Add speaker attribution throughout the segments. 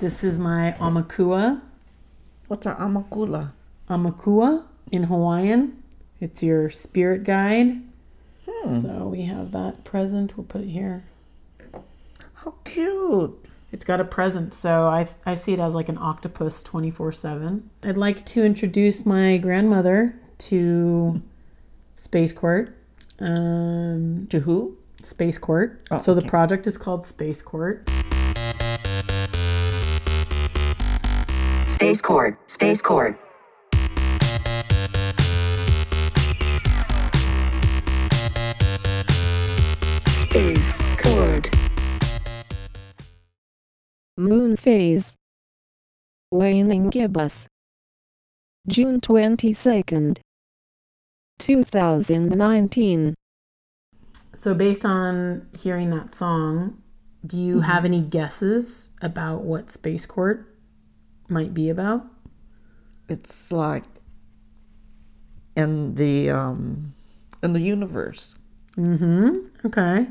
Speaker 1: This is my amakua.
Speaker 2: What's an amakula?
Speaker 1: Amakua in Hawaiian. It's your spirit guide. So we have that present. We'll put it here.
Speaker 2: How cute.
Speaker 1: It's got a present, so I, I see it as like an octopus 24 7. I'd like to introduce my grandmother to Space Court. Um,
Speaker 2: To who?
Speaker 1: Space Court. so the project is called Space Court.
Speaker 3: Space Cord, Space Cord. Space Cord,
Speaker 4: Moon phase. Waning gibbous. June 22nd. 2019.
Speaker 1: So, based on hearing that song, do you have any guesses about what Space Court might be about?
Speaker 2: It's like in the um in the universe.
Speaker 1: Mm-hmm. Okay.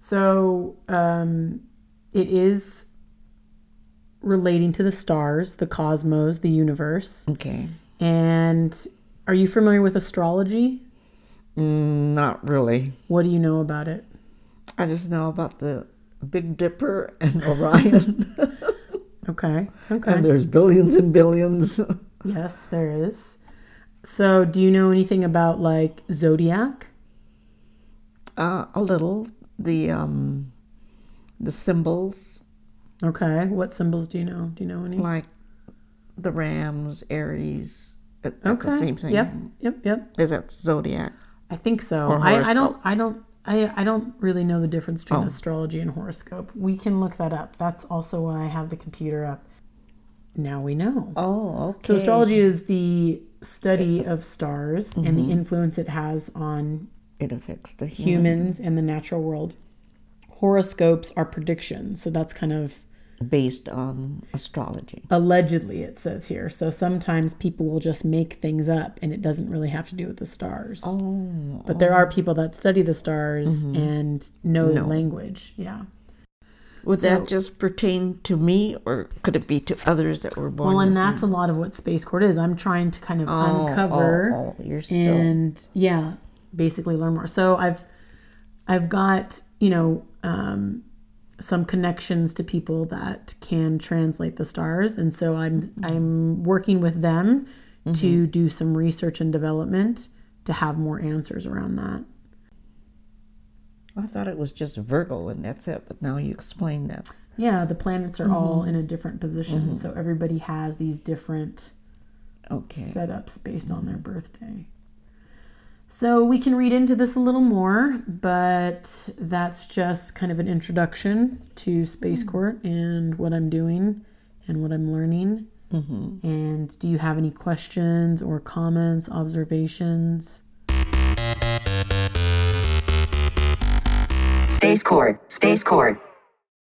Speaker 1: So um, it is relating to the stars, the cosmos, the universe.
Speaker 2: Okay.
Speaker 1: And are you familiar with astrology?
Speaker 2: Not really.
Speaker 1: What do you know about it?
Speaker 2: I just know about the Big Dipper and Orion,
Speaker 1: Okay. Okay.
Speaker 2: and there's billions and billions.
Speaker 1: Um, yes, there is. So do you know anything about like zodiac?
Speaker 2: Uh, a little the um the symbols
Speaker 1: Okay. What symbols do you know? Do you know any?
Speaker 2: like the Rams, Aries. It, It's
Speaker 1: okay.
Speaker 2: the same thing.
Speaker 1: Yep. Yep. Yep.
Speaker 2: Is that zodiac?
Speaker 1: I think so.
Speaker 2: Or
Speaker 1: I, I don't
Speaker 2: horoscope. Oh.
Speaker 1: I don't I, I don't really know the difference between astrology and horoscope. We can look that up. That's also why I have the computer up. Now we know.
Speaker 2: Oh, okay.
Speaker 1: So astrology is the study of stars and
Speaker 2: Mm-hmm.
Speaker 1: the influence it has on
Speaker 2: it affects the human.
Speaker 1: humans and the natural world. Horoscopes are predictions. So that's kind of
Speaker 2: based on astrology.
Speaker 1: allegedly it says here. So sometimes people will just make things up and it doesn't really have to do with the stars.
Speaker 2: Oh,
Speaker 1: but there are people that study the stars
Speaker 2: Mm-hmm.
Speaker 1: and know the language. Yeah.
Speaker 2: Would that just pertain to me, or could it be to others that were born?
Speaker 1: Well, and
Speaker 2: the
Speaker 1: that's a lot of what Space Court is. I'm trying to kind of uncover
Speaker 2: Oh, oh, you're still
Speaker 1: and yeah, basically learn more. So I've I've got, you know, um some connections to people that can translate the stars and so I'm
Speaker 2: Mm-hmm.
Speaker 1: I'm working with them to do some research and development to have more answers around that.
Speaker 2: I thought it was just Virgo, and that's it. But now you explain that.
Speaker 1: Yeah, the planets are all in a different position, so everybody has these different
Speaker 2: Okay.
Speaker 1: setups based on their birthday. So we can read into this a little more, but that's just kind of an introduction to Space Court and what I'm doing and what I'm learning. And do you have any questions or comments, observations?
Speaker 3: Space Cord, Space Cord.